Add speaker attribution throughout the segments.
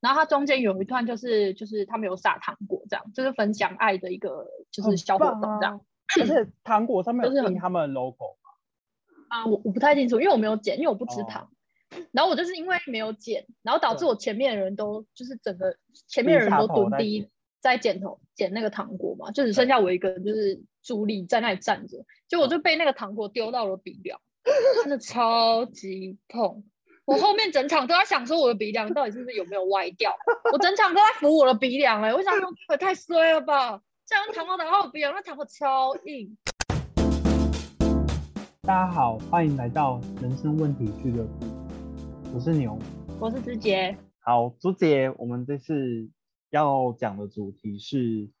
Speaker 1: 然后它中间有一段就是就是他们有撒糖果这样，就是分享爱的一个就是小活动这样。
Speaker 2: 啊而且糖果上面
Speaker 1: 就是
Speaker 2: 有
Speaker 1: 很
Speaker 2: 印他们的 logo，
Speaker 1: 啊，我我不太清楚，因为我没有剪，因为我不吃
Speaker 2: 哦
Speaker 1: 糖。然后我就是因为没有剪，然后导致
Speaker 2: 对
Speaker 1: 我前面的人都就是整个前
Speaker 2: 低
Speaker 1: 面的人
Speaker 2: 下
Speaker 1: 都
Speaker 2: 头
Speaker 1: 蹲
Speaker 2: 在
Speaker 1: 低
Speaker 2: 剪
Speaker 1: 在剪头剪那个糖果嘛，就只剩
Speaker 2: 对哦
Speaker 1: 下我一个人就是助力在那里站着，结果我就被那个糖果丢到了鼻梁，真的超级痛。我后面整场都在想说我的鼻梁到底是不是有没有歪掉，我整场都在扶我的鼻梁哎、我想说这也太衰了吧，这样糖果打到我鼻梁，那糖果超硬。
Speaker 2: 大家好，欢迎来到人生问题俱乐部，我是牛。
Speaker 1: 我是直杰，
Speaker 2: 好，朱姐，我们这次要讲的主题是，因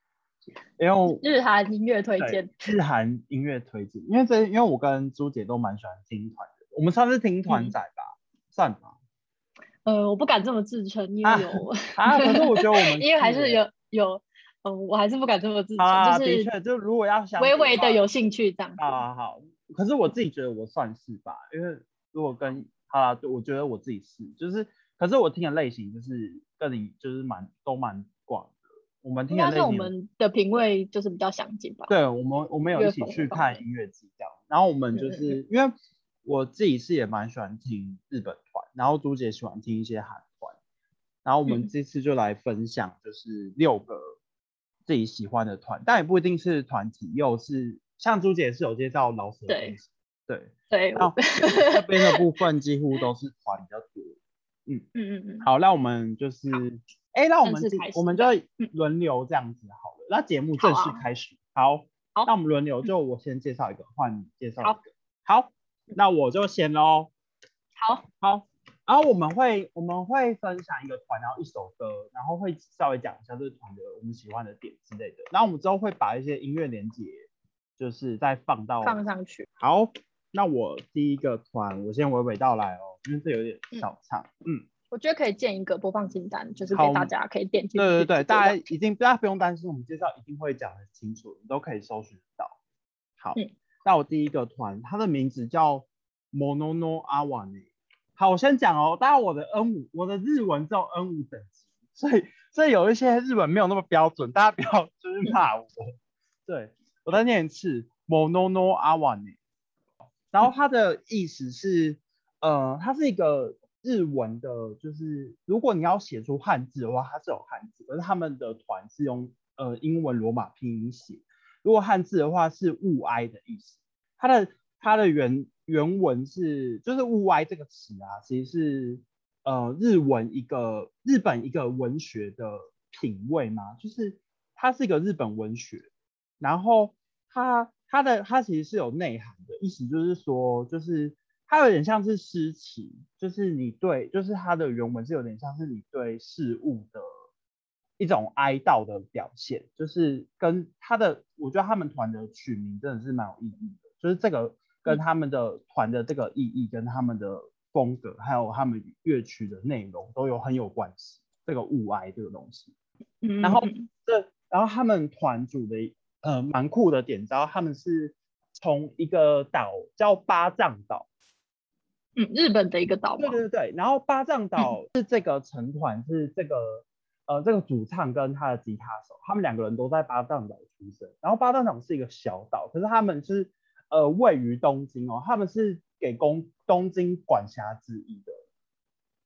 Speaker 2: 为
Speaker 1: 日韩音乐推
Speaker 2: 对
Speaker 1: 荐。
Speaker 2: 日韩音乐推荐，因为这因为我跟朱姐都蛮喜欢听团的，我们算是听
Speaker 1: 嗯
Speaker 2: 团仔吧，算吧。
Speaker 1: 呃，我不敢这么自称，因
Speaker 2: 啊
Speaker 1: 为有，
Speaker 2: 啊，可是我觉得我们
Speaker 1: 因为还是有有，嗯，我还是不敢这么自
Speaker 2: 啊，
Speaker 1: 称，就
Speaker 2: 的
Speaker 1: 是
Speaker 2: 确，就如果要想
Speaker 1: 微
Speaker 2: 比
Speaker 1: 微
Speaker 2: 话
Speaker 1: 的有兴趣这样子。
Speaker 2: 啊，好，可是我自己觉得我算是吧，因为如果跟好啦，对我觉得我自己是，就是，可是我听的类型就是跟你就是蛮都蛮广的，我们
Speaker 1: 应
Speaker 2: 听的
Speaker 1: 该
Speaker 2: 类
Speaker 1: 是
Speaker 2: 型
Speaker 1: 我们的品味就是比较相近吧。
Speaker 2: 对我们我们有
Speaker 1: 乐
Speaker 2: 一起
Speaker 1: 风
Speaker 2: 去
Speaker 1: 吧
Speaker 2: 看音乐季这样，然后我们就
Speaker 1: 嗯嗯
Speaker 2: 是因为我自己是也蛮喜欢听日本团，然后朱姐喜欢听一些韩团，然后我
Speaker 1: 嗯
Speaker 2: 们这次就来分享就是六个自己喜欢的团，但也不一定是团体，又是像朱姐是有介绍老舍的
Speaker 1: 对
Speaker 2: 东西， 对，
Speaker 1: 对，我
Speaker 2: 那这边的部分几乎都是团比较多。
Speaker 1: 嗯嗯嗯，
Speaker 2: 好，那我们就是，哎，那我
Speaker 1: 正
Speaker 2: 们
Speaker 1: 式
Speaker 2: 自
Speaker 1: 开始嗯
Speaker 2: 我们就轮流这样子好了。那节目正式
Speaker 1: 好啊
Speaker 2: 开始，好，
Speaker 1: 好嗯
Speaker 2: 那我们轮流，就我先介绍一个，换你介绍
Speaker 1: 好
Speaker 2: 一个。好，那我就先喽。
Speaker 1: 好，
Speaker 2: 好，然后我们会我们会分享一个团，然后一首歌，然后会稍微讲一下这个团的我们喜欢的点之类的。然后我们之后会把一些音乐连接，就是再放到
Speaker 1: 放上去。
Speaker 2: 好，那我第一个团，我先娓娓道来哦，因为这有点小长。嗯，
Speaker 1: 我觉得可以建一个播放清单，就是
Speaker 2: 好
Speaker 1: 给
Speaker 2: 我
Speaker 1: 大
Speaker 2: 们
Speaker 1: 家可以点进去。
Speaker 2: 对对对，大家
Speaker 1: 家
Speaker 2: 一定大家不用担心，我们介绍一定会讲得很清楚，你都可以搜寻得到。好，
Speaker 1: 嗯
Speaker 2: 那我第一个团，它的名字叫 Monono Awane。好，我先讲哦，当然我的 N 五，我的日文只有 N 五等级，所以所以有一些日文没有那么标准，大家不要
Speaker 1: 嗯
Speaker 2: 就是骂我。对，我再念一次 Monono Awane。然后它的意思是，呃，它是一个日文的，就是如果你要写出汉字的话，它是有汉字，可是他们的团是用呃英文罗马拼音写。如果汉字的话是物哀的意思，它的它的原原文是就是物哀这个词啊，其实是呃日文一个日本一个文学的品味嘛，就是它是一个日本文学，然后它它的它其实是有内涵的，意思就是说，就是它有点像是诗情，就是你对，就是它的原文是有点像是你对事物的一种哀悼的表现，就是跟它的，我觉得他们团的取名真的是蛮有意义的，就是这个跟他们的团的这个意义跟他们的风格，还有他们乐曲的内容都有很有关系，这个物哀这个东西。
Speaker 1: 嗯，
Speaker 2: 然后
Speaker 1: 嗯嗯
Speaker 2: 这然后他们团组的呃蛮酷的点，然后他们是从一个岛叫八丈岛，
Speaker 1: 嗯，日本的一个岛
Speaker 2: 对
Speaker 1: 嘛，
Speaker 2: 对对对，然后八丈岛
Speaker 1: 嗯
Speaker 2: 是这个成团是这个呃这个主唱跟他的吉他手，他们两个人都在八丈岛出生，然后八丈岛是一个小岛，可是他们是呃位于东京哦，他们是给公东京管辖之一的，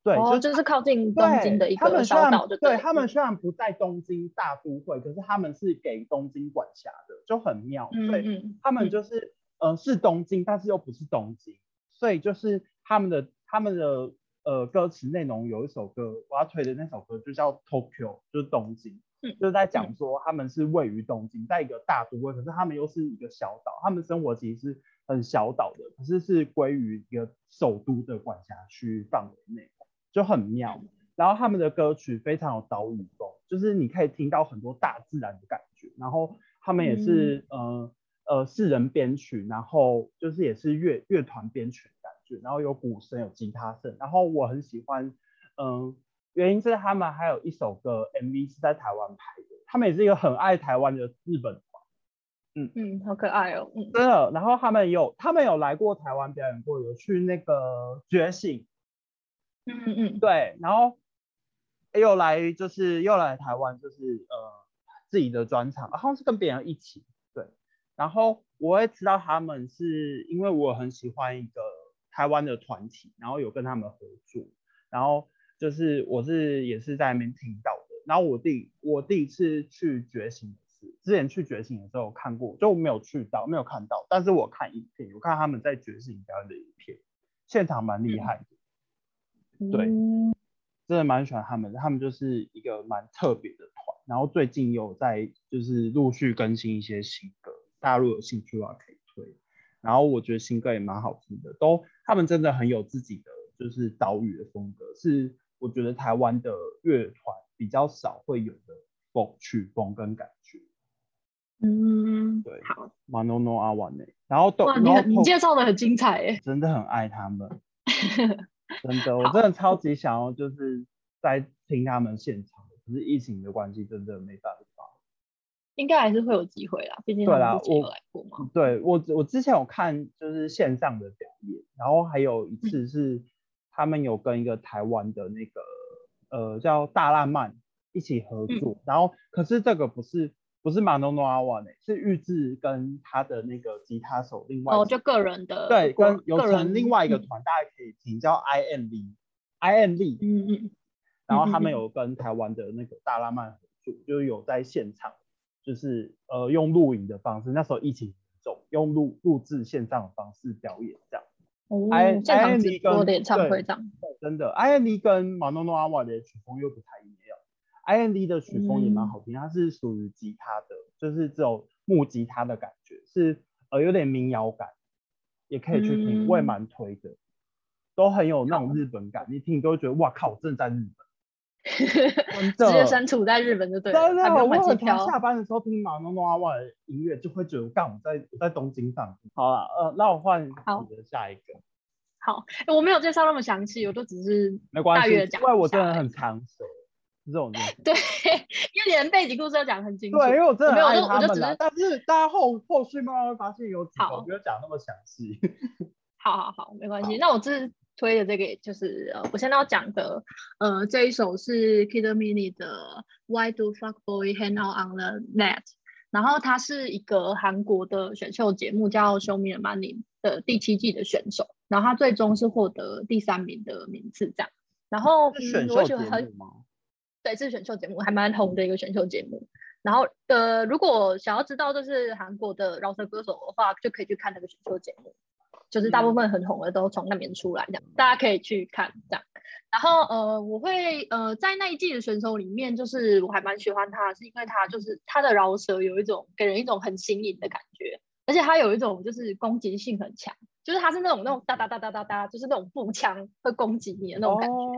Speaker 2: 对，
Speaker 1: 哦，
Speaker 2: 就
Speaker 1: 就是靠近
Speaker 2: 对，
Speaker 1: 东京的一
Speaker 2: 他
Speaker 1: 个
Speaker 2: 们虽
Speaker 1: 小
Speaker 2: 然
Speaker 1: 岛，就
Speaker 2: 对
Speaker 1: 了
Speaker 2: 他们虽然不在东京大都会，可是他们是给东京管辖的，就很妙。
Speaker 1: 嗯
Speaker 2: 对，
Speaker 1: 嗯，
Speaker 2: 他们
Speaker 1: 嗯
Speaker 2: 就是、呃是东京，但是又不是东京，所以就是他们的他们的呃歌词内容有一首歌，我要推的那首歌就叫 Tokyo，就是东京。
Speaker 1: 嗯
Speaker 2: 就是在讲说他们是位于东京，在一个大都会，可是他们又是一个小岛，他们生活其实是很小岛的，可是是归于一个首都的管辖区范围内，就很妙。然后他们的歌曲非常有岛屿风，就是你可以听到很多大自然的感觉。然后他们也是、呃呃四人编曲，然后就是也是乐乐团编曲的感觉，然后有鼓声有吉他声。然后我很喜欢，嗯、原因是他们还有一首歌 MV 是在台湾拍的，他们也是一个很爱台湾的日本团
Speaker 1: 嗯，好可爱哦，嗯，
Speaker 2: 真的。然后他们有他们有来过台湾表演过，有去那个觉醒
Speaker 1: 嗯嗯，
Speaker 2: 对，然后又来就是又来台湾，就是呃自己的专场，好像是跟别人一起对。然后我会知道他们是因为我很喜欢一个台湾的团体，然后有跟他们合作，然后就是我是也是在那边听到的。然后我第我第一次去觉醒的是，之前去觉醒的时候看过，就没有去到没有看到，但是我看影片，我看他们在觉醒表演的影片，现场蛮厉害的。对
Speaker 1: 嗯
Speaker 2: 真的蛮喜欢他们的，他们就是一个蛮特别的团。然后最近有在就是陆续更新一些新歌，大家如果有兴趣的话可以推。然后我觉得新歌也蛮好听的，都他们真的很有自己的就是岛屿的风格，是我觉得台湾的乐团比较少会有的风曲风跟感觉。
Speaker 1: 嗯，
Speaker 2: 对
Speaker 1: 好，
Speaker 2: 马诺诺阿瓦内，然后都
Speaker 1: 哇，
Speaker 2: 然
Speaker 1: 你
Speaker 2: 后
Speaker 1: 很你介绍的很精彩诶。
Speaker 2: 真的很爱他们，真的，我真的
Speaker 1: 嗯
Speaker 2: 超级想要就是在听他们现场，可是疫情的关系，真的没办法。
Speaker 1: 应该还是会有机会啦，毕竟
Speaker 2: 对
Speaker 1: 他
Speaker 2: 啦
Speaker 1: 们之前有
Speaker 2: 我嗯
Speaker 1: 来过嘛。
Speaker 2: 对我，我之前有看就是线上的表演，然后还有一
Speaker 1: 嗯
Speaker 2: 次是他们有跟一个台湾的那个呃叫大浪漫一起合
Speaker 1: 嗯
Speaker 2: 作，然后可是这个不是不是马诺诺阿瓦呢，是玉置跟他的那个吉他手另外
Speaker 1: 哦，
Speaker 2: 一
Speaker 1: 就个人的
Speaker 2: 对，
Speaker 1: 个
Speaker 2: 跟有
Speaker 1: 个人
Speaker 2: 成另外一个
Speaker 1: 嗯
Speaker 2: 团，大家可以听叫 I M V，I M E V，
Speaker 1: 嗯嗯，
Speaker 2: 然后
Speaker 1: 嗯
Speaker 2: 他
Speaker 1: 嗯
Speaker 2: 们
Speaker 1: 嗯
Speaker 2: 有跟台湾的那个大浪漫合作，就是有在现场，就是呃用录影的方式，那时候疫情严重，用录录制线上的方式表演这样。
Speaker 1: 哦
Speaker 2: I-
Speaker 1: 现场
Speaker 2: IND
Speaker 1: 直播的
Speaker 2: 跟
Speaker 1: 演唱
Speaker 2: 对
Speaker 1: 会这样，
Speaker 2: 真的，I N D 跟马诺诺阿瓦的曲风又不太一样，I N D 的曲风也蛮
Speaker 1: 嗯
Speaker 2: 好听，它是属于吉他的，就是这种木吉他的感觉，是呃有点民谣感，也可以去听，我也
Speaker 1: 嗯
Speaker 2: 蛮推的，都很有那
Speaker 1: 好
Speaker 2: 种日本感，你听你都会觉得哇靠，我正在日
Speaker 1: 直
Speaker 2: 本，真
Speaker 1: 接
Speaker 2: 的。
Speaker 1: 身处在日本就对了，
Speaker 2: 真的，
Speaker 1: 还不
Speaker 2: 我
Speaker 1: 用买机
Speaker 2: 很常
Speaker 1: 票。
Speaker 2: 下班的时候听马诺诺阿瓦的啊音乐，就会觉得干我在我在东京上。好了，呃，那我换
Speaker 1: 好
Speaker 2: 你的下一个，
Speaker 1: 好，诶我没有介绍那么详细，我就只是
Speaker 2: 没关
Speaker 1: 大
Speaker 2: 系，
Speaker 1: 约
Speaker 2: 因
Speaker 1: 讲
Speaker 2: 为
Speaker 1: 一
Speaker 2: 我
Speaker 1: 下
Speaker 2: 真的
Speaker 1: 而已
Speaker 2: 很长舌，这种东西。
Speaker 1: 对，因为连背景故事都讲得很清楚。
Speaker 2: 对，因为我真的
Speaker 1: 没
Speaker 2: 很
Speaker 1: 有我就
Speaker 2: 爱
Speaker 1: 我
Speaker 2: 他
Speaker 1: 就
Speaker 2: 们
Speaker 1: 只
Speaker 2: 啦
Speaker 1: 是，
Speaker 2: 但是大家后后续慢慢会发现有几个
Speaker 1: 好
Speaker 2: 我没有讲那么详细。
Speaker 1: 好好好，没关
Speaker 2: 好
Speaker 1: 系。那我这次推的这个就是呃，我现在要讲的呃这一首是 Kid Mini 的 Why Do Fuck Boy Hang Out on the Net，然后它是一个韩国的选秀节目叫《Show Me the Money》的第七季的选手，然后他最终是获得第三名的名次这样。然后
Speaker 2: 是选
Speaker 1: 嗯
Speaker 2: 秀
Speaker 1: 我觉
Speaker 2: 节
Speaker 1: 得很
Speaker 2: 目吗？
Speaker 1: 对，是选秀节目，还蛮红的一个选秀节目。然后呃，如果想要知道就是韩国的饶舌歌手的话，就可以去看那个选秀节目，就是大部分很红的都从那边出来，这样大家可以去看这样。然后呃，我会呃在那一季的选手里面，就是我还蛮喜欢他，是因为他就是他的饶舌有一种给人一种很新颖的感觉，而且他有一种就是攻击性很强，就是他是那种那种哒哒哒哒哒哒，就是那种步枪会攻击你的那种感觉。
Speaker 2: 哦，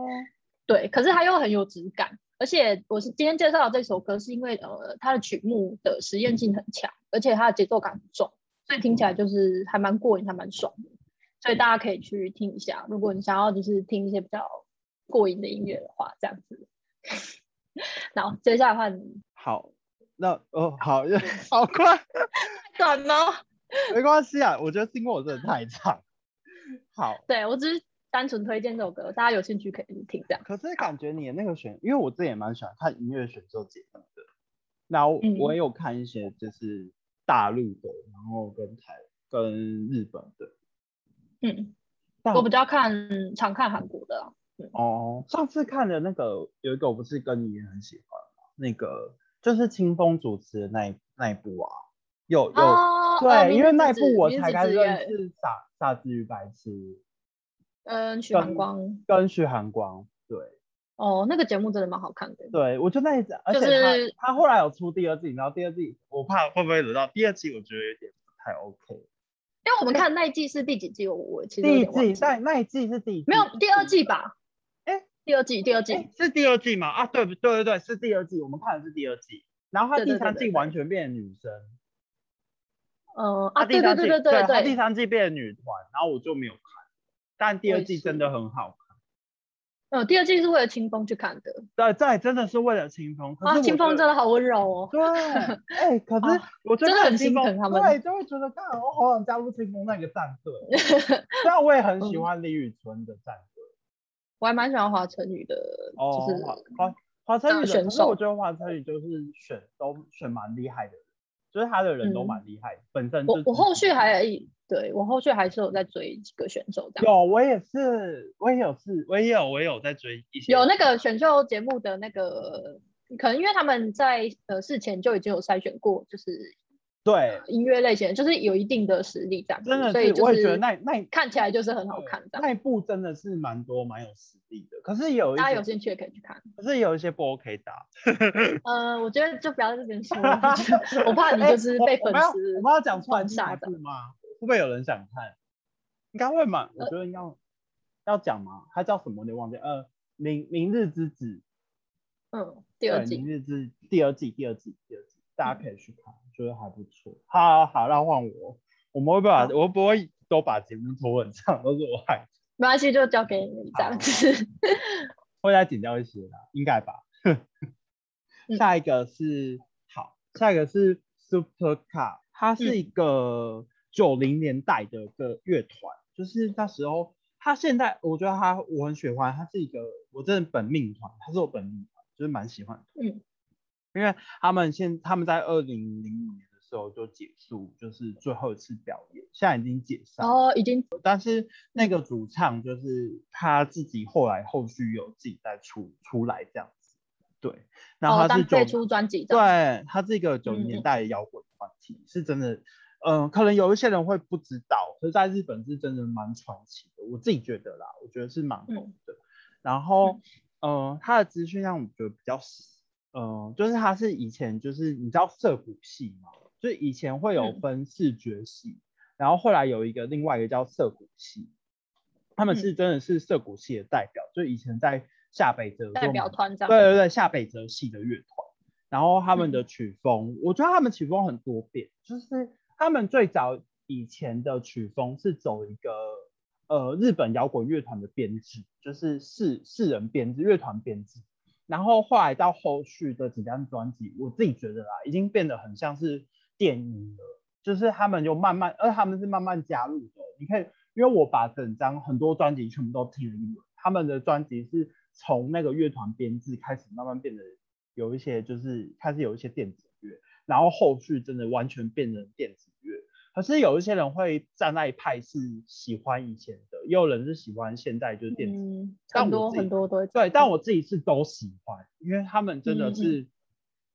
Speaker 1: 对，可是它又很有质感，而且我是今天介绍的这首歌，是因为呃它的曲目的实验性很强，而且它的节奏感很重，所以听起来就是还蛮过瘾，还蛮爽的，所以大家可以去听一下，如果你想要就是听一些比较过瘾的音乐的话，这样子。 然后接下来换你，
Speaker 2: 好，那哦好， 好快，
Speaker 1: 太短了。
Speaker 2: 没关系啊，我觉得是因为我真的太长。好，
Speaker 1: 对我只是单纯推荐这首歌，大家有兴趣可以去听这样。
Speaker 2: 可是感觉你的那个选，因为我自己也蛮喜欢看音乐选秀节目的，那我,、
Speaker 1: 嗯
Speaker 2: 也有看一些就是大陆的，然后跟台跟日本的。
Speaker 1: 嗯，
Speaker 2: 但
Speaker 1: 我比较看常看韩国的啦。
Speaker 2: 哦，上次看的那个有一个我不是跟你也很喜欢吗？那个就是清风主持的那一那一部啊，有有、
Speaker 1: 哦，
Speaker 2: 对、
Speaker 1: 呃
Speaker 2: 因为那一部我
Speaker 1: 明日
Speaker 2: 才
Speaker 1: 之
Speaker 2: 开始
Speaker 1: 子
Speaker 2: 认
Speaker 1: 也
Speaker 2: 识傻傻子与白痴
Speaker 1: 嗯，许
Speaker 2: 跟
Speaker 1: 寒光
Speaker 2: 跟徐寒光，对
Speaker 1: 哦，那个节目真的蛮好看的。
Speaker 2: 对，我就那一次，而且他、
Speaker 1: 就是
Speaker 2: 他后来有出第二季，然后第二季我怕会不会惹到第二季，我觉得有点不太 OK。
Speaker 1: 因为我们看那一季是第几季？我我其实有
Speaker 2: 第一
Speaker 1: 点忘
Speaker 2: 季
Speaker 1: 记
Speaker 2: 但那一季是第一季
Speaker 1: 没有第二季？吧？
Speaker 2: 哎，
Speaker 1: 第二季，第二季，
Speaker 2: 哎是第二季吗？啊，对不对对对，是第二季，我们看的是第二季。然后他
Speaker 1: 对
Speaker 2: 第
Speaker 1: 对对
Speaker 2: 三
Speaker 1: 对
Speaker 2: 季
Speaker 1: 对
Speaker 2: 完全变女生，
Speaker 1: 嗯
Speaker 2: 他
Speaker 1: 啊，
Speaker 2: 第
Speaker 1: 对
Speaker 2: 三
Speaker 1: 对
Speaker 2: 季
Speaker 1: 对对
Speaker 2: 对他
Speaker 1: 对
Speaker 2: 第三季变成女团，然后我就没有看，但第
Speaker 1: 我
Speaker 2: 二
Speaker 1: 也
Speaker 2: 季
Speaker 1: 是
Speaker 2: 真的很好
Speaker 1: 嗯，第二季是为了清风去看的
Speaker 2: 看。对，这真的是为了清风，哦可是
Speaker 1: 啊，
Speaker 2: 我
Speaker 1: 清
Speaker 2: 觉
Speaker 1: 风
Speaker 2: 得
Speaker 1: 真的好温柔哦，
Speaker 2: 对，哎、可是
Speaker 1: 啊
Speaker 2: 我觉得
Speaker 1: 真的
Speaker 2: 看
Speaker 1: 很
Speaker 2: 清
Speaker 1: 心
Speaker 2: 风
Speaker 1: 疼他们
Speaker 2: 对，就会觉得，看我好想加入清风那个战队。哦虽然我也
Speaker 1: 嗯
Speaker 2: 很喜欢李宇春的战队，
Speaker 1: 我还蛮喜欢华晨宇的，
Speaker 2: 哦
Speaker 1: 就是，
Speaker 2: 华华华晨宇
Speaker 1: 大
Speaker 2: 的，
Speaker 1: 选
Speaker 2: 可是我
Speaker 1: 手
Speaker 2: 觉得华晨宇就是选都选蛮厉害的人，就是他的人都
Speaker 1: 嗯
Speaker 2: 蛮厉害，本身就
Speaker 1: 我
Speaker 2: 是
Speaker 1: 我后续还对我后续还是有在追几个选手这样。
Speaker 2: 有，我也是，我也有是，我也有，我也有在追一些
Speaker 1: 有那个选秀节目的那个，可能因为他们在呃事前就已经有筛选过，就是
Speaker 2: 对，
Speaker 1: 音乐类型，就是有一定的实力这样子，
Speaker 2: 真的
Speaker 1: 所以
Speaker 2: 是，
Speaker 1: 就
Speaker 2: 我也
Speaker 1: 是
Speaker 2: 觉得那那
Speaker 1: 看起来就是很好
Speaker 2: 对
Speaker 1: 看这样。
Speaker 2: 那一部真的是蛮多蛮有实力的，可是有一
Speaker 1: 大家有
Speaker 2: 些，
Speaker 1: 兴趣也可以去看。
Speaker 2: 可是有一些不 OK 的啊。
Speaker 1: 呃，我觉得就不要在这 边说了，我觉得 我怕你
Speaker 2: 哎
Speaker 1: 就是
Speaker 2: 我
Speaker 1: 被
Speaker 2: 我
Speaker 1: 粉
Speaker 2: 们要
Speaker 1: 丝
Speaker 2: 我们要讲出来
Speaker 1: 封
Speaker 2: 是
Speaker 1: 杀
Speaker 2: 哪
Speaker 1: 的
Speaker 2: 部吗？会不会有人想看？应该会嘛，
Speaker 1: 呃
Speaker 2: 我觉得要要讲嘛，它叫什么我有点忘记，呃，明明日之子，
Speaker 1: 嗯第
Speaker 2: 对，
Speaker 1: 二季嗯
Speaker 2: 明日之第二季，第二季，第二季，大家可以去看，觉得还不错。好好，那换我，我们会不会把，
Speaker 1: 好
Speaker 2: 我不会都把节目拖很长，都是我害，
Speaker 1: 没关系，就交给你这样
Speaker 2: 哦
Speaker 1: 子。
Speaker 2: 会再剪掉一些啦，应该吧。
Speaker 1: 嗯
Speaker 2: 下一个是好，下一个是 Super Car，它
Speaker 1: 嗯
Speaker 2: 是一个九零年代的一个乐团，就是那时候，它现在我觉得它我很喜欢，它是一个我真的本命团，它是我本命团，就是蛮喜欢的。
Speaker 1: 嗯，
Speaker 2: 因为他们现他们在二零零五年的时候就结束，就是最后一次表演，现在已经解
Speaker 1: 然
Speaker 2: 散了。
Speaker 1: 后已经哦
Speaker 2: 但是那个主唱就是他自己后来后续有自己再出出来这样子，对，然后
Speaker 1: 哦，
Speaker 2: 他
Speaker 1: 当
Speaker 2: 是九、
Speaker 1: 最出专辑这样子，
Speaker 2: 对，他这个九零
Speaker 1: 嗯
Speaker 2: 年
Speaker 1: 嗯
Speaker 2: 代的摇滚团体、是真的，嗯、可能有一些人会不知道，可是在日本是真的蛮传奇的，我自己觉得啦，我觉得是蛮红的。然后，嗯，他的资讯让我觉得比较，嗯，就是他是以前就是你知道社谷系吗？就以前会有
Speaker 1: 嗯
Speaker 2: 分视觉系，然后后来有一个另外一个叫涩谷系，他
Speaker 1: 嗯
Speaker 2: 们是真的是涩谷系的代表，就以前在下北泽
Speaker 1: 代
Speaker 2: 就
Speaker 1: 表
Speaker 2: 蛮
Speaker 1: 团这
Speaker 2: 对
Speaker 1: 样。
Speaker 2: 对对，下北泽系的乐团，然后他们的曲风，我觉得他们曲风很多变，就是他们最早以前的曲风是走一个呃日本摇滚乐团的编制，就是四四人编制乐团编制，然后后来到后续的几张专辑，我自己觉得啦，已经变得很像是电影了，就是他们就慢慢，而他们是慢慢加入的。哦你看，因为我把整张很多专辑全部都听了一轮，他们的专辑是从那个乐团编制开始慢慢变得有一些，就是开始有一些电子乐，然后后续真的完全变成电子乐。可是有一些人会站在一派是喜欢以前的，也有人是喜欢现在就是电子乐
Speaker 1: 嗯，
Speaker 2: 但
Speaker 1: 很
Speaker 2: 我
Speaker 1: 多
Speaker 2: 自己
Speaker 1: 很多都会
Speaker 2: 对，但我自己是都喜欢，因为他们真
Speaker 1: 嗯
Speaker 2: 的
Speaker 1: 嗯
Speaker 2: 是，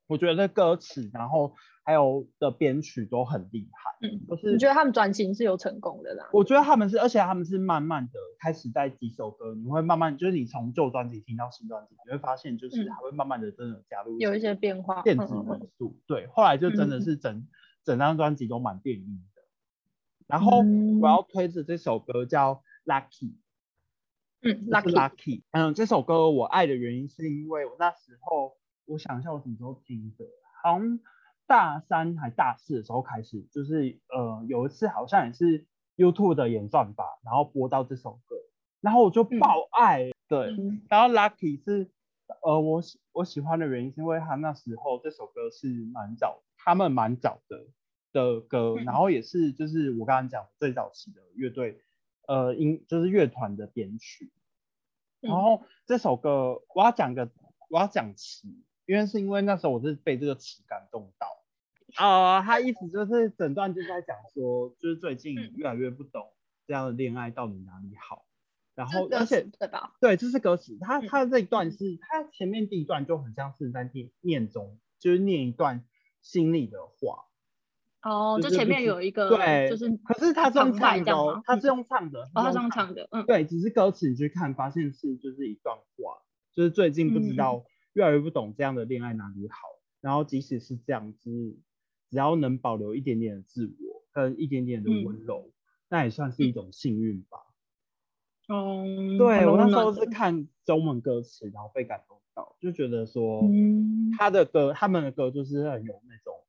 Speaker 2: 我觉得歌词，然后还有的编曲都很厉害，
Speaker 1: 嗯
Speaker 2: 就
Speaker 1: 你
Speaker 2: 是
Speaker 1: 觉得他们转型是有成功的啦？
Speaker 2: 我觉得他们是，而且他们是慢慢的开始在几首歌，你会慢慢就是你从旧专辑听到新专辑，你会发现就是
Speaker 1: 嗯
Speaker 2: 还会慢慢的真的加入
Speaker 1: 有一些变化。
Speaker 2: 电
Speaker 1: 嗯
Speaker 2: 子
Speaker 1: 嗯嗯
Speaker 2: 元素，对，后来就真的
Speaker 1: 嗯
Speaker 2: 是整、整张专辑都蛮电音的。然后
Speaker 1: 嗯
Speaker 2: 我要推的这首歌叫《Lucky》，
Speaker 1: 嗯
Speaker 2: 就是
Speaker 1: Lucky
Speaker 2: Lucky。嗯，这首歌我爱的原因是因为我那时候，我想一下我什么时候听的，好像大三还大四的时候开始，就是呃有一次好像也是 YouTube 的演算法，然后播到这首歌，然后我就
Speaker 1: 嗯
Speaker 2: 爆爱，对，
Speaker 1: 嗯
Speaker 2: 然后 Lucky 是呃我喜我喜欢的原因是因为他那时候这首歌是蛮早，他们蛮早的的歌，
Speaker 1: 嗯
Speaker 2: 然后也是就是我刚刚讲最早期的乐队，呃音就是乐团的编曲。然
Speaker 1: 嗯
Speaker 2: 后这首歌我要讲个我要讲词，因为是因为那时候我是被这个词感动到。啊，他意思就是整段就在讲说，就是最近
Speaker 1: 嗯
Speaker 2: 越来越不懂这样的恋爱到底哪里好，然
Speaker 1: 这
Speaker 2: 后
Speaker 1: 个
Speaker 2: 而且
Speaker 1: 是对吧？
Speaker 2: 对，这是歌词。他
Speaker 1: 嗯
Speaker 2: 他这一段是，他前面第一段就很像是在念念中，就是念一段心里的话。
Speaker 1: 哦，
Speaker 2: 就
Speaker 1: 就是前
Speaker 2: 不
Speaker 1: 面
Speaker 2: 是
Speaker 1: 有一个，
Speaker 2: 对，
Speaker 1: 就是
Speaker 2: 可是他是用
Speaker 1: 旁白
Speaker 2: 唱
Speaker 1: 这
Speaker 2: 的
Speaker 1: 样
Speaker 2: 哦
Speaker 1: 吗，
Speaker 2: 他是用唱的，
Speaker 1: 哦，他
Speaker 2: 是
Speaker 1: 这
Speaker 2: 用
Speaker 1: 样唱的，嗯，
Speaker 2: 对，只是歌词你去看，发现是就是一段话，就是最近不知
Speaker 1: 嗯
Speaker 2: 道，越来越不懂这样的恋爱哪里好。然后即使是这样子，只要能保留一点点的自我跟一点点的温柔，那也算是一种幸运吧。
Speaker 1: 嗯，
Speaker 2: 对
Speaker 1: 很
Speaker 2: 我那
Speaker 1: 温
Speaker 2: 时
Speaker 1: 暖
Speaker 2: 候
Speaker 1: 的
Speaker 2: 是，看中文歌词，然后被感动到，就觉得说，
Speaker 1: 嗯，
Speaker 2: 他的歌，他们的歌就是很有那种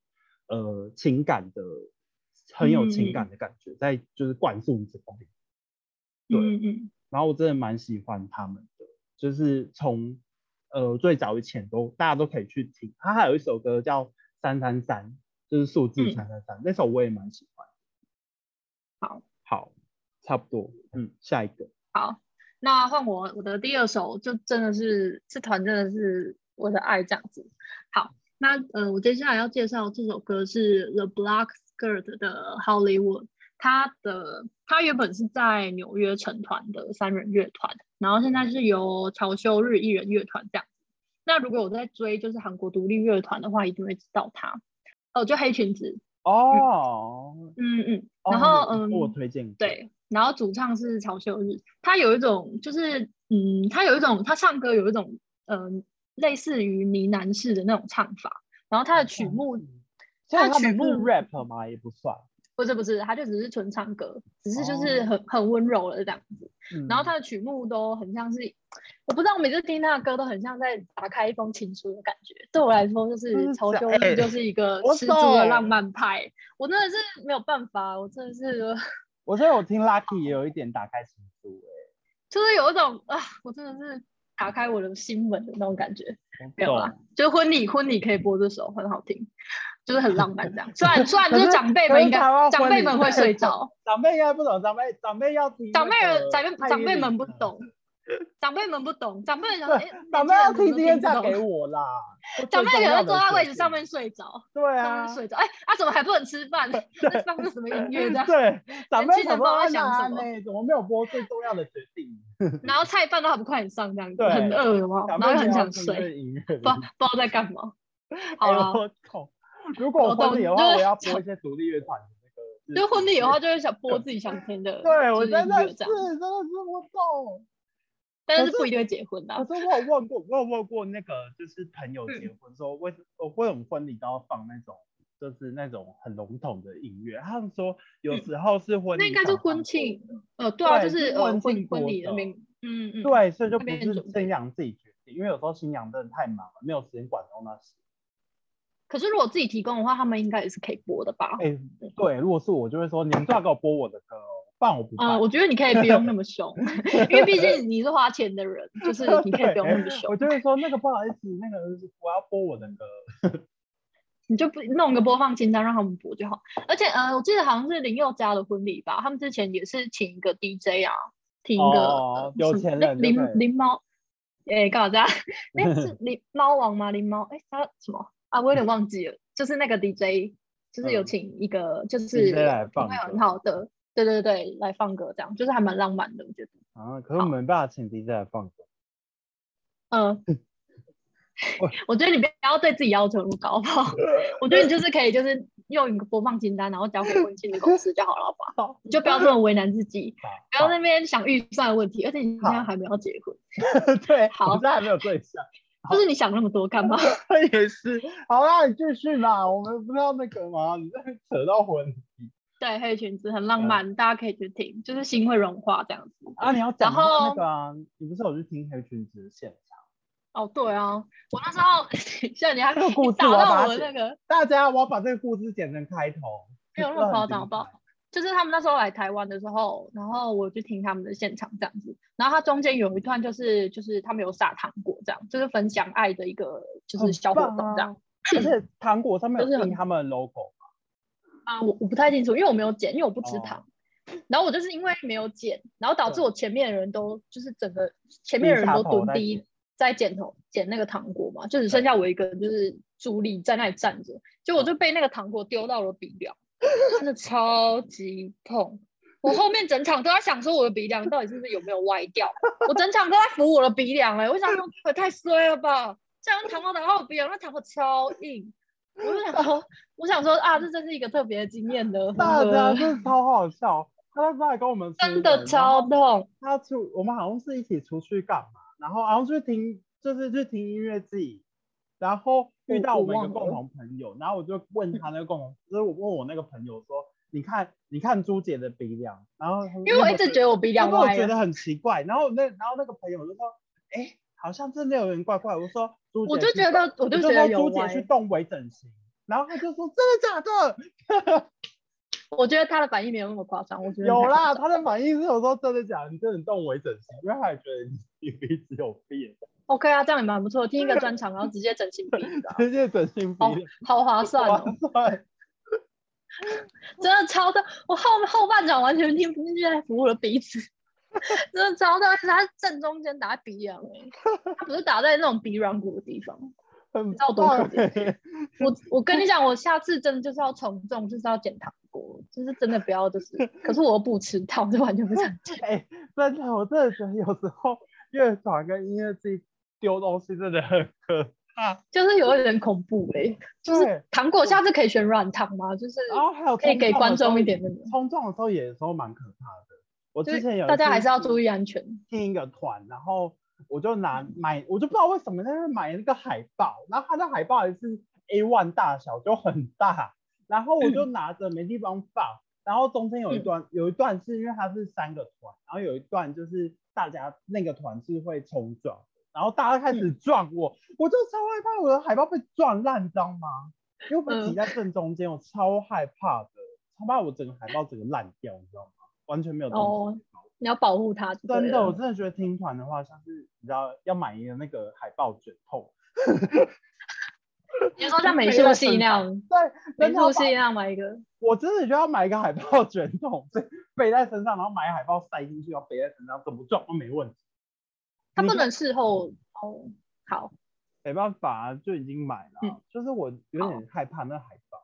Speaker 2: 呃情感的，很有情
Speaker 1: 嗯
Speaker 2: 感的感觉，在就是灌输你这方面。对
Speaker 1: 嗯嗯
Speaker 2: 然后我真的蛮喜欢他们的，就是从呃最早以前都大家都可以去听。他还有一首歌叫《三三三》，就是数字
Speaker 1: 嗯
Speaker 2: 三三三，那首我也蛮喜欢。
Speaker 1: 好，
Speaker 2: 好，差不多，嗯，下一个，
Speaker 1: 好，那换我，我的第二首就真的是这团真的是我的爱这样子。好，那呃，我接下来要介绍这首歌是 The Black Skirt 的 Hollywood。他的他原本是在纽约成团的三人乐团，然后现在是由乔修日一人乐团这样。那如果我在追就是韩国独立乐团的话，一定会知道他。哦，就黑裙子，
Speaker 2: 哦，
Speaker 1: 嗯嗯，
Speaker 2: 哦
Speaker 1: 然后
Speaker 2: 那个
Speaker 1: 嗯
Speaker 2: 我推荐过，
Speaker 1: 对，然后主唱是曹秀日，他有一种就是，嗯，他有一种他唱歌有一种，嗯、类似于呢喃式的那种唱法，然后他的曲目、
Speaker 2: 哦虽然
Speaker 1: 它
Speaker 2: 嗯他
Speaker 1: 曲
Speaker 2: 们是
Speaker 1: 目
Speaker 2: rap 嘛，也不算，
Speaker 1: 不是不是，他就只是纯唱歌，只是就是
Speaker 2: 哦
Speaker 1: 很、很温柔的这样子，然后
Speaker 2: 嗯
Speaker 1: 他的曲目都很像是，我不知道，我每次听他的歌都很像在打开一封情书的感觉。对我来说，就
Speaker 2: 真
Speaker 1: 是
Speaker 2: 的
Speaker 1: 曹
Speaker 2: 假
Speaker 1: 修
Speaker 2: 哎
Speaker 1: 日就是一个
Speaker 2: 我
Speaker 1: 十足的
Speaker 2: 懂
Speaker 1: 浪漫派，我真的是没有办法，我真的是
Speaker 2: 我觉得我听 Lucky 也有一点打开情书
Speaker 1: 就是有一种啊，我真的是打开我的心门的那种感觉。
Speaker 2: 哎、
Speaker 1: 没
Speaker 2: 我
Speaker 1: 有啦
Speaker 2: 懂。，
Speaker 1: 就是婚礼婚礼可以播这首，很好听，就是很浪漫这样。虽 然虽然就
Speaker 2: 可是
Speaker 1: 长辈
Speaker 2: 可
Speaker 1: 们
Speaker 2: 是
Speaker 1: 应该
Speaker 2: 台湾
Speaker 1: 长
Speaker 2: 婚
Speaker 1: 辈
Speaker 2: 礼
Speaker 1: 们会
Speaker 2: 太
Speaker 1: 睡
Speaker 2: 早
Speaker 1: 着，
Speaker 2: 长辈应该不懂，长辈长辈要听
Speaker 1: 长辈
Speaker 2: 那
Speaker 1: 人
Speaker 2: 个
Speaker 1: 长辈
Speaker 2: 蔡
Speaker 1: 长
Speaker 2: 依
Speaker 1: 辈们
Speaker 2: 林
Speaker 1: 不
Speaker 2: 的，
Speaker 1: 懂，长辈们不懂，长辈人想
Speaker 2: 对
Speaker 1: 哎，
Speaker 2: 长辈
Speaker 1: 年轻
Speaker 2: 要
Speaker 1: 人怎么都不
Speaker 2: 听今天嫁给
Speaker 1: 懂
Speaker 2: 我啦，这
Speaker 1: 长辈
Speaker 2: 最
Speaker 1: 可能
Speaker 2: 重要的
Speaker 1: 坐在
Speaker 2: 决
Speaker 1: 位置上
Speaker 2: 定
Speaker 1: 面，睡着，
Speaker 2: 对
Speaker 1: 上
Speaker 2: 啊
Speaker 1: 面，睡着，哎，啊怎么还不能吃饭？ 在放的什么音乐这样？
Speaker 2: 对，长辈
Speaker 1: 轻
Speaker 2: 想
Speaker 1: 人不知
Speaker 2: 说
Speaker 1: 道在
Speaker 2: 安
Speaker 1: 想
Speaker 2: 娜
Speaker 1: 什
Speaker 2: 安
Speaker 1: 么
Speaker 2: 呢，怎么没有播最重要的决 定？
Speaker 1: 然后菜饭都还不快点上这样子，
Speaker 2: 对
Speaker 1: 很饿有没有然
Speaker 2: 长辈
Speaker 1: 后又
Speaker 2: 没
Speaker 1: 很
Speaker 2: 有
Speaker 1: 想
Speaker 2: 听这
Speaker 1: 睡，
Speaker 2: 音乐
Speaker 1: 不知道不
Speaker 2: 的。
Speaker 1: 知道在干嘛。好
Speaker 2: 哎
Speaker 1: 了，
Speaker 2: 我懂。如果
Speaker 1: 我
Speaker 2: 我婚
Speaker 1: 懂
Speaker 2: 礼的
Speaker 1: 就
Speaker 2: 话，
Speaker 1: 是
Speaker 2: 我要播一些独立乐团的那个。
Speaker 1: 就婚礼的话，，就会想播自己想听的，
Speaker 2: 对我
Speaker 1: 就是音
Speaker 2: 真的
Speaker 1: 乐
Speaker 2: 是
Speaker 1: 这
Speaker 2: 真
Speaker 1: 样，
Speaker 2: 的是我懂。
Speaker 1: 但
Speaker 2: 可
Speaker 1: 是
Speaker 2: 是
Speaker 1: 不一定会结婚啊的
Speaker 2: 可。是我有问过，我有问过那个就是朋友
Speaker 1: 嗯
Speaker 2: 结婚说，为我为什么婚礼都要放那种就是那种很笼统的音乐？他们说有时候是婚
Speaker 1: 嗯
Speaker 2: 礼，
Speaker 1: 那应该是婚。庆，呃，对啊，就
Speaker 2: 对
Speaker 1: 是
Speaker 2: 是
Speaker 1: 呃
Speaker 2: 婚
Speaker 1: 婚
Speaker 2: 庆
Speaker 1: 婚
Speaker 2: 国
Speaker 1: 礼那
Speaker 2: 的
Speaker 1: 边，嗯嗯，
Speaker 2: 对，所以就
Speaker 1: 那
Speaker 2: 不
Speaker 1: 边
Speaker 2: 是
Speaker 1: 准备
Speaker 2: 新娘自己决定，因为有时候新娘真的太忙了，没有时间管到那些。
Speaker 1: 可是如果自己提供的话，他们应该也是可以播的吧？
Speaker 2: 哎、对，如果是我就会说，你们最好给我播我的歌哦，不然我不办。
Speaker 1: 嗯，我觉得你可以不用那么 凶，因为毕竟你是花钱的人，就是你可以不用那么
Speaker 2: 我
Speaker 1: 凶，哦
Speaker 2: 就会说那个不好意思，那个我要播我的歌。
Speaker 1: 你就不弄个播放清单让他们播就好。而且呃，我记得好像是林宥嘉的婚礼吧，他们之前也是请一个 DJ 啊，请一个、
Speaker 2: 哦
Speaker 1: 呃
Speaker 2: 有
Speaker 1: 什么
Speaker 2: 钱
Speaker 1: 那
Speaker 2: 人就
Speaker 1: 林
Speaker 2: 对了
Speaker 1: 林猫，哎、干 嘛这样？哎、是林猫王吗？林猫？哎、他什么啊？我有点忘记了，就是那个 DJ，就是有
Speaker 2: 嗯
Speaker 1: 请一个、就是
Speaker 2: DJ 来
Speaker 1: 品
Speaker 2: 放
Speaker 1: 味很
Speaker 2: 歌
Speaker 1: 好的，对对对，来放歌这样，就是还蛮浪漫的，我觉得。
Speaker 2: 啊，可是我没办法请 DJ 来放歌。
Speaker 1: 嗯，
Speaker 2: 我
Speaker 1: 我觉得你不要对自己要求那么高，好不 好？我觉得你就是可以，就是用一个播放清单，然后交给婚庆的公司就好了，好不好？
Speaker 2: 好，
Speaker 1: 你就不要这么为难自己，
Speaker 2: 好
Speaker 1: 不要在那边想预算的问题，而且你现在
Speaker 2: 好
Speaker 1: 还没有结婚，
Speaker 2: 好 对，
Speaker 1: 好
Speaker 2: 我现在还没有对象，
Speaker 1: 就是你想那么多干嘛？
Speaker 2: 也是。好啦，你继续啦，我们不知道那个吗？你在 扯到婚礼
Speaker 1: 对，黑裙子很浪
Speaker 2: 嗯
Speaker 1: 漫，大家可以去听，就是心会融化这样子。
Speaker 2: 啊？你要讲一下
Speaker 1: 然后
Speaker 2: 那个啊？你不是有去听黑裙子的现场？
Speaker 1: 哦，对啊，我那时候 像你还
Speaker 2: 这个故
Speaker 1: 你
Speaker 2: 事
Speaker 1: 打
Speaker 2: 我要把
Speaker 1: 到
Speaker 2: 它
Speaker 1: 我的
Speaker 2: 写
Speaker 1: 那个，
Speaker 2: 大家，我要把这个故事剪成开头。
Speaker 1: 没有那
Speaker 2: 真
Speaker 1: 么
Speaker 2: 的
Speaker 1: 夸
Speaker 2: 很
Speaker 1: 张，好
Speaker 2: 精
Speaker 1: 不好
Speaker 2: 彩？
Speaker 1: 就是他们那时候来台湾的时候，然后我去听他们的现场这样子，然后它中间有一段就是就是他们有撒糖果这样，就是分享爱的一个就是
Speaker 2: 很
Speaker 1: 小活
Speaker 2: 棒啊
Speaker 1: 动这样。
Speaker 2: 而且糖果上面
Speaker 1: 就是
Speaker 2: 有
Speaker 1: 很
Speaker 2: 印他们的 logo 嘛
Speaker 1: 啊、我我不太清楚，因为我没有剪，因为我不吃
Speaker 2: 哦
Speaker 1: 糖。然后我就是因为没有剪，然后导致
Speaker 2: 对
Speaker 1: 我前面的人都就是整个前
Speaker 2: 低
Speaker 1: 面的人
Speaker 2: 下
Speaker 1: 都
Speaker 2: 头
Speaker 1: 蹲
Speaker 2: 在
Speaker 1: 低
Speaker 2: 捡
Speaker 1: 在捡头捡那个糖果嘛，就只剩
Speaker 2: 对
Speaker 1: 下我一个人就是助力在那里站着，结
Speaker 2: 哦
Speaker 1: 果我就被那个糖果丢到了鼻梁，真的超级痛。我后面整场都在想说我的鼻梁到底是不是有没有歪掉，我整场都在扶我的鼻梁哎、欸，我想说这也太衰了吧，这样糖果打到我鼻梁，那糖果超硬。我就想说，我想说啊，这真是一个特别的经验的，
Speaker 2: 大
Speaker 1: 呵
Speaker 2: 家
Speaker 1: 呵
Speaker 2: 真的超好笑。他那时候还跟我们出
Speaker 1: 真
Speaker 2: 门
Speaker 1: 的超。
Speaker 2: 然后
Speaker 1: 痛。
Speaker 2: 他出我们好像是一起出去干嘛，然后好像去听就是去听音乐季，然后遇
Speaker 1: 我
Speaker 2: 到
Speaker 1: 我
Speaker 2: 我们一个
Speaker 1: 忘了
Speaker 2: 共同朋友，然后我就问他那个共同，就是我问我那个朋友说，你看你看朱姐的鼻梁，然后
Speaker 1: 因为我一直觉
Speaker 2: 得
Speaker 1: 得我鼻梁
Speaker 2: 我
Speaker 1: 歪啊
Speaker 2: 觉
Speaker 1: 了，
Speaker 2: 得很奇怪，然后那然后那个朋友就说，哎，好像真的有点怪怪，我说朱姐
Speaker 1: 我就
Speaker 2: 去
Speaker 1: 觉
Speaker 2: 动
Speaker 1: 得，我
Speaker 2: 我
Speaker 1: 就
Speaker 2: 就
Speaker 1: 觉得有
Speaker 2: 说朱姐去
Speaker 1: 歪。
Speaker 2: 动微整形，然后他就说真的假的？
Speaker 1: 我觉得他的反应没有那么夸张，我觉得
Speaker 2: 有
Speaker 1: 太夸
Speaker 2: 啦，
Speaker 1: 张
Speaker 2: 他的反应是有说真的假的，你真的动微整形，因为他也觉得你你鼻子有病，
Speaker 1: OK 啊，这样也蛮不错。听一个专场，然后直接整形鼻子啊，
Speaker 2: 直接整形鼻
Speaker 1: 哦
Speaker 2: 梁，
Speaker 1: 好划算
Speaker 2: 哇
Speaker 1: 哦，
Speaker 2: 塞
Speaker 1: 真的超痛。我后后半场完全听不进去在服务的鼻子， 真的超大，而且它是正中间打在鼻梁、欸，它不是打在那种鼻软骨的地方。
Speaker 2: 很
Speaker 1: 知道多可
Speaker 2: 棒欸
Speaker 1: 我我跟你讲，我下次真的就是要从众，就是要减糖果，就是真的不要就是，可是我又不吃糖，就完全不想吃。
Speaker 2: 哎、真的，我真的觉得有时候乐团跟音乐剧丢东西真的很可 怕。
Speaker 1: 就是有一点恐怖哎、就是
Speaker 2: 对哦
Speaker 1: 糖果下次可以选软糖吗？就是
Speaker 2: 然后还有
Speaker 1: 可以给
Speaker 2: 冲撞
Speaker 1: 观
Speaker 2: 的时候
Speaker 1: 众一点那个
Speaker 2: 冲撞的时候也有时候蛮可怕的。我
Speaker 1: 就
Speaker 2: 之前有
Speaker 1: 大家还是要
Speaker 2: 意
Speaker 1: 注意安全。
Speaker 2: 听一个团，然后我就拿
Speaker 1: 嗯
Speaker 2: 买，我就不知道为什么在那买那个海报，然后它的海报也是 A one 大小，就很大，然后我就拿着没地方放，然后中间有一
Speaker 1: 嗯
Speaker 2: 段、有一段是因为它是三个团，然后有一段就是大家那个团是会冲撞的。然后大家开
Speaker 1: 嗯
Speaker 2: 始撞我，我就超害怕我的海报被撞烂，你知道吗？因为我被
Speaker 1: 嗯
Speaker 2: 挤在正中间，我超害怕的，超怕我整个海报整个烂掉，你知道吗？完全没有东西。
Speaker 1: 哦你要保护它就对了，啊
Speaker 2: 真的，我真的觉得听团的话，像是你知道要买一个那个海报卷筒，
Speaker 1: 你说像美术系那样，
Speaker 2: 对，
Speaker 1: 美
Speaker 2: 真的要
Speaker 1: 术
Speaker 2: 买
Speaker 1: 系那样买一个，
Speaker 2: 我真的就要买一个海报卷筒，所以背在身上，然后买海报塞进去，然后背在身上，怎么撞都没问题。
Speaker 1: 它
Speaker 2: 你
Speaker 1: 不
Speaker 2: 就
Speaker 1: 能事后哦。好，
Speaker 2: 没办法、啊，就已经买了啊、
Speaker 1: 嗯
Speaker 2: 就是我有点害怕那海报，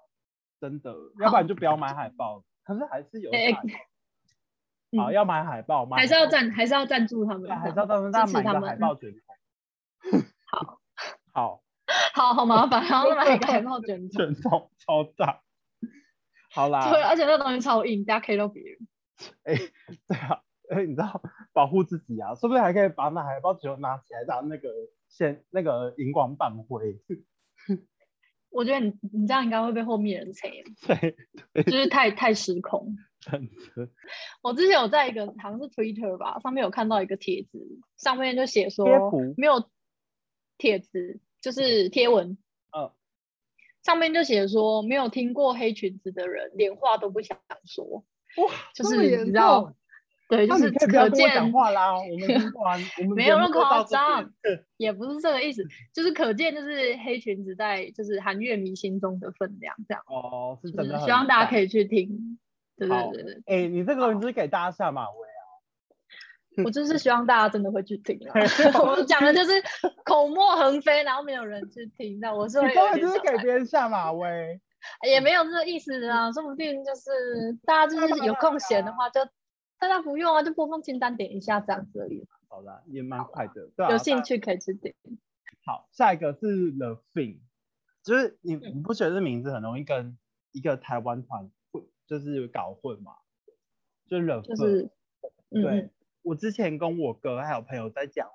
Speaker 2: 真的，要
Speaker 1: 好
Speaker 2: 不然就不要买海报。可是还是有
Speaker 1: 哎哎
Speaker 2: 大
Speaker 1: 嗯
Speaker 2: 好、要买海报，买
Speaker 1: 还是要
Speaker 2: 海报
Speaker 1: 赞，还是要赞助他们
Speaker 2: 对，，还是要赞助
Speaker 1: 支
Speaker 2: 大
Speaker 1: 持
Speaker 2: 家买一
Speaker 1: 他
Speaker 2: 个
Speaker 1: 们
Speaker 2: 海报卷筒。
Speaker 1: 好，
Speaker 2: 好，
Speaker 1: 好好麻烦，然后再 买一个海报卷筒。
Speaker 2: 卷筒超大。 好啦，
Speaker 1: 对，啊而且那东西超硬，大家 K 到别人。
Speaker 2: 对啊，哎、你知道保护自己啊，说不定还可以把那海报只有拿起来当那个线那个荧光棒灰。
Speaker 1: 我觉得你你这样应该会被后面人催，
Speaker 2: 对，
Speaker 1: 就是太太失控。
Speaker 2: 真的，
Speaker 1: 我之前有在一个好像是 Twitter 吧，上面有看到一个帖子，上面就写说
Speaker 2: 贴图
Speaker 1: 没有帖子，就是贴文，
Speaker 2: 嗯，
Speaker 1: 上面就写说没有听过黑裙子的人连话都不想说，
Speaker 2: 哇，
Speaker 1: 就
Speaker 2: 这么
Speaker 1: 是
Speaker 2: 严
Speaker 1: 你知道
Speaker 2: 重，
Speaker 1: 对，就
Speaker 2: 那
Speaker 1: 是
Speaker 2: 你可以不要
Speaker 1: 可
Speaker 2: 跟我
Speaker 1: 见
Speaker 2: 讲话啦，我们听 过啊，我们
Speaker 1: 没有
Speaker 2: 节
Speaker 1: 那
Speaker 2: 目
Speaker 1: 么
Speaker 2: 就
Speaker 1: 夸
Speaker 2: 到这
Speaker 1: 张
Speaker 2: 边
Speaker 1: 也不是这个意思，就是可见就是黑裙子在就是韩乐迷心中的分量，这样，
Speaker 2: 哦，是
Speaker 1: 就
Speaker 2: 真
Speaker 1: 是
Speaker 2: 的，
Speaker 1: 希望大家可
Speaker 2: 以。
Speaker 1: 以去听，对对
Speaker 2: 好
Speaker 1: 对 对，
Speaker 2: 哎、你这个东西是给大家下马威啊，
Speaker 1: 我就是希望大家真的会去听 啊。我讲的就是口沫横飞，然后没有人去听，那我是会
Speaker 2: 你
Speaker 1: 有
Speaker 2: 根
Speaker 1: 一
Speaker 2: 本就
Speaker 1: 点小
Speaker 2: 是给
Speaker 1: 害
Speaker 2: 别人下马威。
Speaker 1: 怕也没有这个意思啊，说不定就是大家就是有空闲的话就。大家不用啊，就播放清单点一下这样子而已。
Speaker 2: 好啦，也蛮快的，对啊，
Speaker 1: 有
Speaker 2: 大
Speaker 1: 兴
Speaker 2: 家
Speaker 1: 趣可以去听。
Speaker 2: 好，下一个是 The Thing，就是你
Speaker 1: 嗯
Speaker 2: 你不觉得这名字很容易跟一个台湾团混，就是搞混嘛？就是 The
Speaker 1: 就
Speaker 2: Thing，
Speaker 1: 是，嗯，
Speaker 2: 对、
Speaker 1: 嗯
Speaker 2: 我之前跟我哥还有朋友在讲，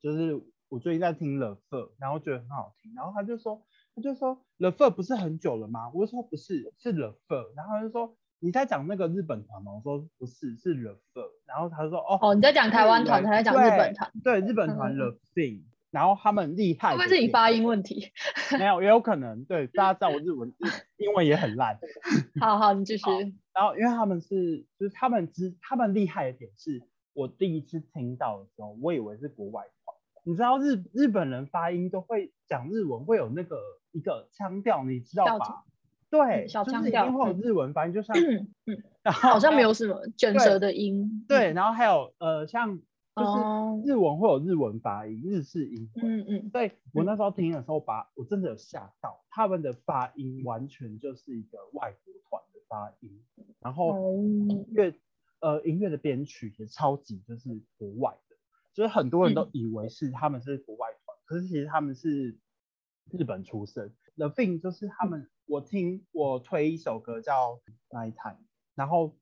Speaker 2: 就是我最近在听 The Thing，然后觉得很好听，然后他就说他就说 The Thing 不是很久了吗？我就说不是，是 The Thing，然后他就说你在讲那个日本团吗？我说不是，是 The Thing，然后他就说哦
Speaker 1: 哦，你在讲台湾团，
Speaker 2: 对
Speaker 1: 他在讲日本团，
Speaker 2: 对，日本团
Speaker 1: 嗯
Speaker 2: The Thing，、然后他们厉害
Speaker 1: 会不
Speaker 2: 的
Speaker 1: 会
Speaker 2: 点，
Speaker 1: 是你发音问题？
Speaker 2: 没有，也有可能。对，大家知道我日文、 英文也很烂。
Speaker 1: 好好，你继续。
Speaker 2: 好然后，因为他们是，就是他们之他们厉害的点是，我第一次听到的时候，我以为是国外话。你知道日日本人发音都会讲日文，会有那个一个腔调，你知道
Speaker 1: 小
Speaker 2: 吧？对，
Speaker 1: 嗯小
Speaker 2: 就是
Speaker 1: 腔
Speaker 2: 一
Speaker 1: 调
Speaker 2: 定会有
Speaker 1: 嗯
Speaker 2: 日文发音，就像， 然后
Speaker 1: 好像没
Speaker 2: 有
Speaker 1: 有什么卷舌的音。嗯
Speaker 2: 对，，然后还有呃，像
Speaker 1: 哦
Speaker 2: 就是日文会有日文发音，日式音会。
Speaker 1: 嗯嗯，
Speaker 2: 对我
Speaker 1: 嗯
Speaker 2: 那时候听的时候把，我真的有吓到，他们的发音完全就是一个外国团的发音，然后
Speaker 1: 哦，
Speaker 2: 乐、呃音乐的编曲也超级就是国外的，就是很多人都以为是他们是国外团，可是其实他们是日本出生。The Thing 就是他
Speaker 1: 嗯
Speaker 2: 们，我听我推一首歌叫《Night Time》，然后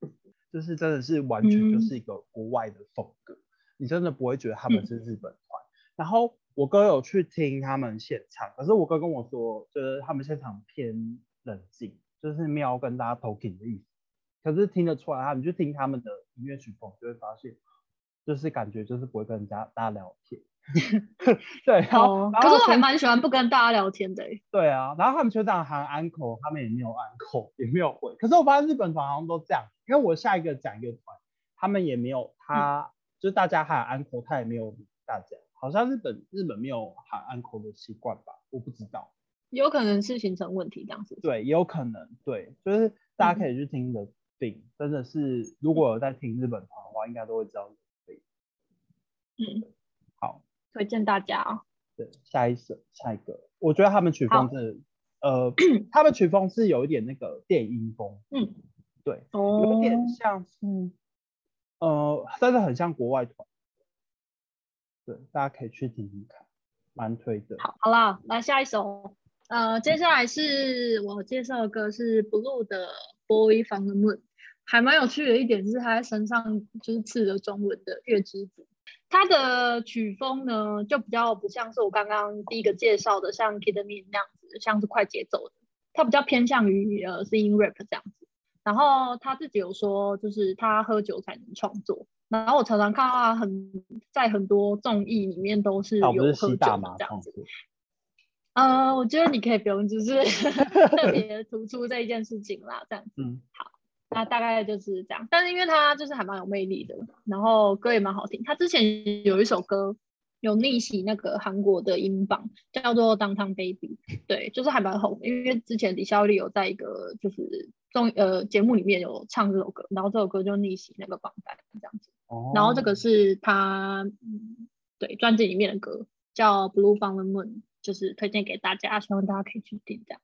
Speaker 2: 就是真的是完全就
Speaker 1: 嗯
Speaker 2: 是一个国外的风格，你真的不会觉得他们
Speaker 1: 嗯
Speaker 2: 是日本团。然后我哥有去听他们现场，可是我哥跟我说，就是他们现场偏冷静，就是没有跟大家 talking 的意思。可是听得出来，他们就听他们的音乐曲风，就会发现，就是感觉就是不会跟人家大家聊天。 对，然后、
Speaker 1: 哦
Speaker 2: 然
Speaker 1: 可
Speaker 2: 后
Speaker 1: 是我还
Speaker 2: 全
Speaker 1: 蛮喜欢不跟大家聊天的欸。
Speaker 2: 对啊，然后他们学长喊安 n 他们也没有安 n 也没有回。可是我发现日本团好像都这样，因为我下一个讲一个团，他们也没有他，就是大家喊安 n 他也没有理大家，好像日本日本没有喊安 n 的习惯吧，我不知道。
Speaker 1: 有可能是形成问题这样子。
Speaker 2: 对，也有可能，对，就是大家可以去听的病，真的是如果有在听日本团的话，应该都会知道的病。
Speaker 1: 嗯，
Speaker 2: 好，
Speaker 1: 推荐大家啊。
Speaker 2: 对，下一首，下一个，我觉得他们曲风
Speaker 1: 好
Speaker 2: 是，呃， 他们曲风是有一点那个电音风，
Speaker 1: 嗯，
Speaker 2: 对，
Speaker 1: 哦，
Speaker 2: 有点像是，呃，但是很像国外团，对，大家可以去听听看，蛮推的。
Speaker 1: 好，好啦，来下一首。呃，接下来是我介绍的歌是 Blue 的《Boy from the Moon》，还蛮有趣的一点是他在身上就是刺了中文的月之子。他的曲风呢，就比较不像是我刚刚第一个介绍的像 Kid m e 那样子，像是快节奏的，他比较偏向于呃 sing rap 这样子。然后他自己有说，就是他喝酒才能创作。然后我常常看到他很在很多综艺里面都是
Speaker 2: 那
Speaker 1: 有
Speaker 2: 我
Speaker 1: 喝
Speaker 2: 不是
Speaker 1: 酒
Speaker 2: 吸
Speaker 1: 的
Speaker 2: 大麻
Speaker 1: 这样
Speaker 2: 创
Speaker 1: 子。
Speaker 2: 作，
Speaker 1: 呃，我觉得你可以不用，就是 特别突出这一件事情啦，这样子。
Speaker 2: 嗯，
Speaker 1: 那大概就是这样，但是因为他就是还蛮有魅力的，然后歌也蛮好听。他之前有一首歌有逆袭那个韩国的音榜，叫做《当当 Baby》，对，就是还蛮红的。因为之前李孝利有在一个就是综呃节目里面有唱这首歌，然后这首歌就逆袭那个榜单这样子。
Speaker 2: 哦，
Speaker 1: 然后这个是他嗯对专辑里面的歌，叫《Blue from the Moon》，就是推荐给大家，希望大家可以去听这样。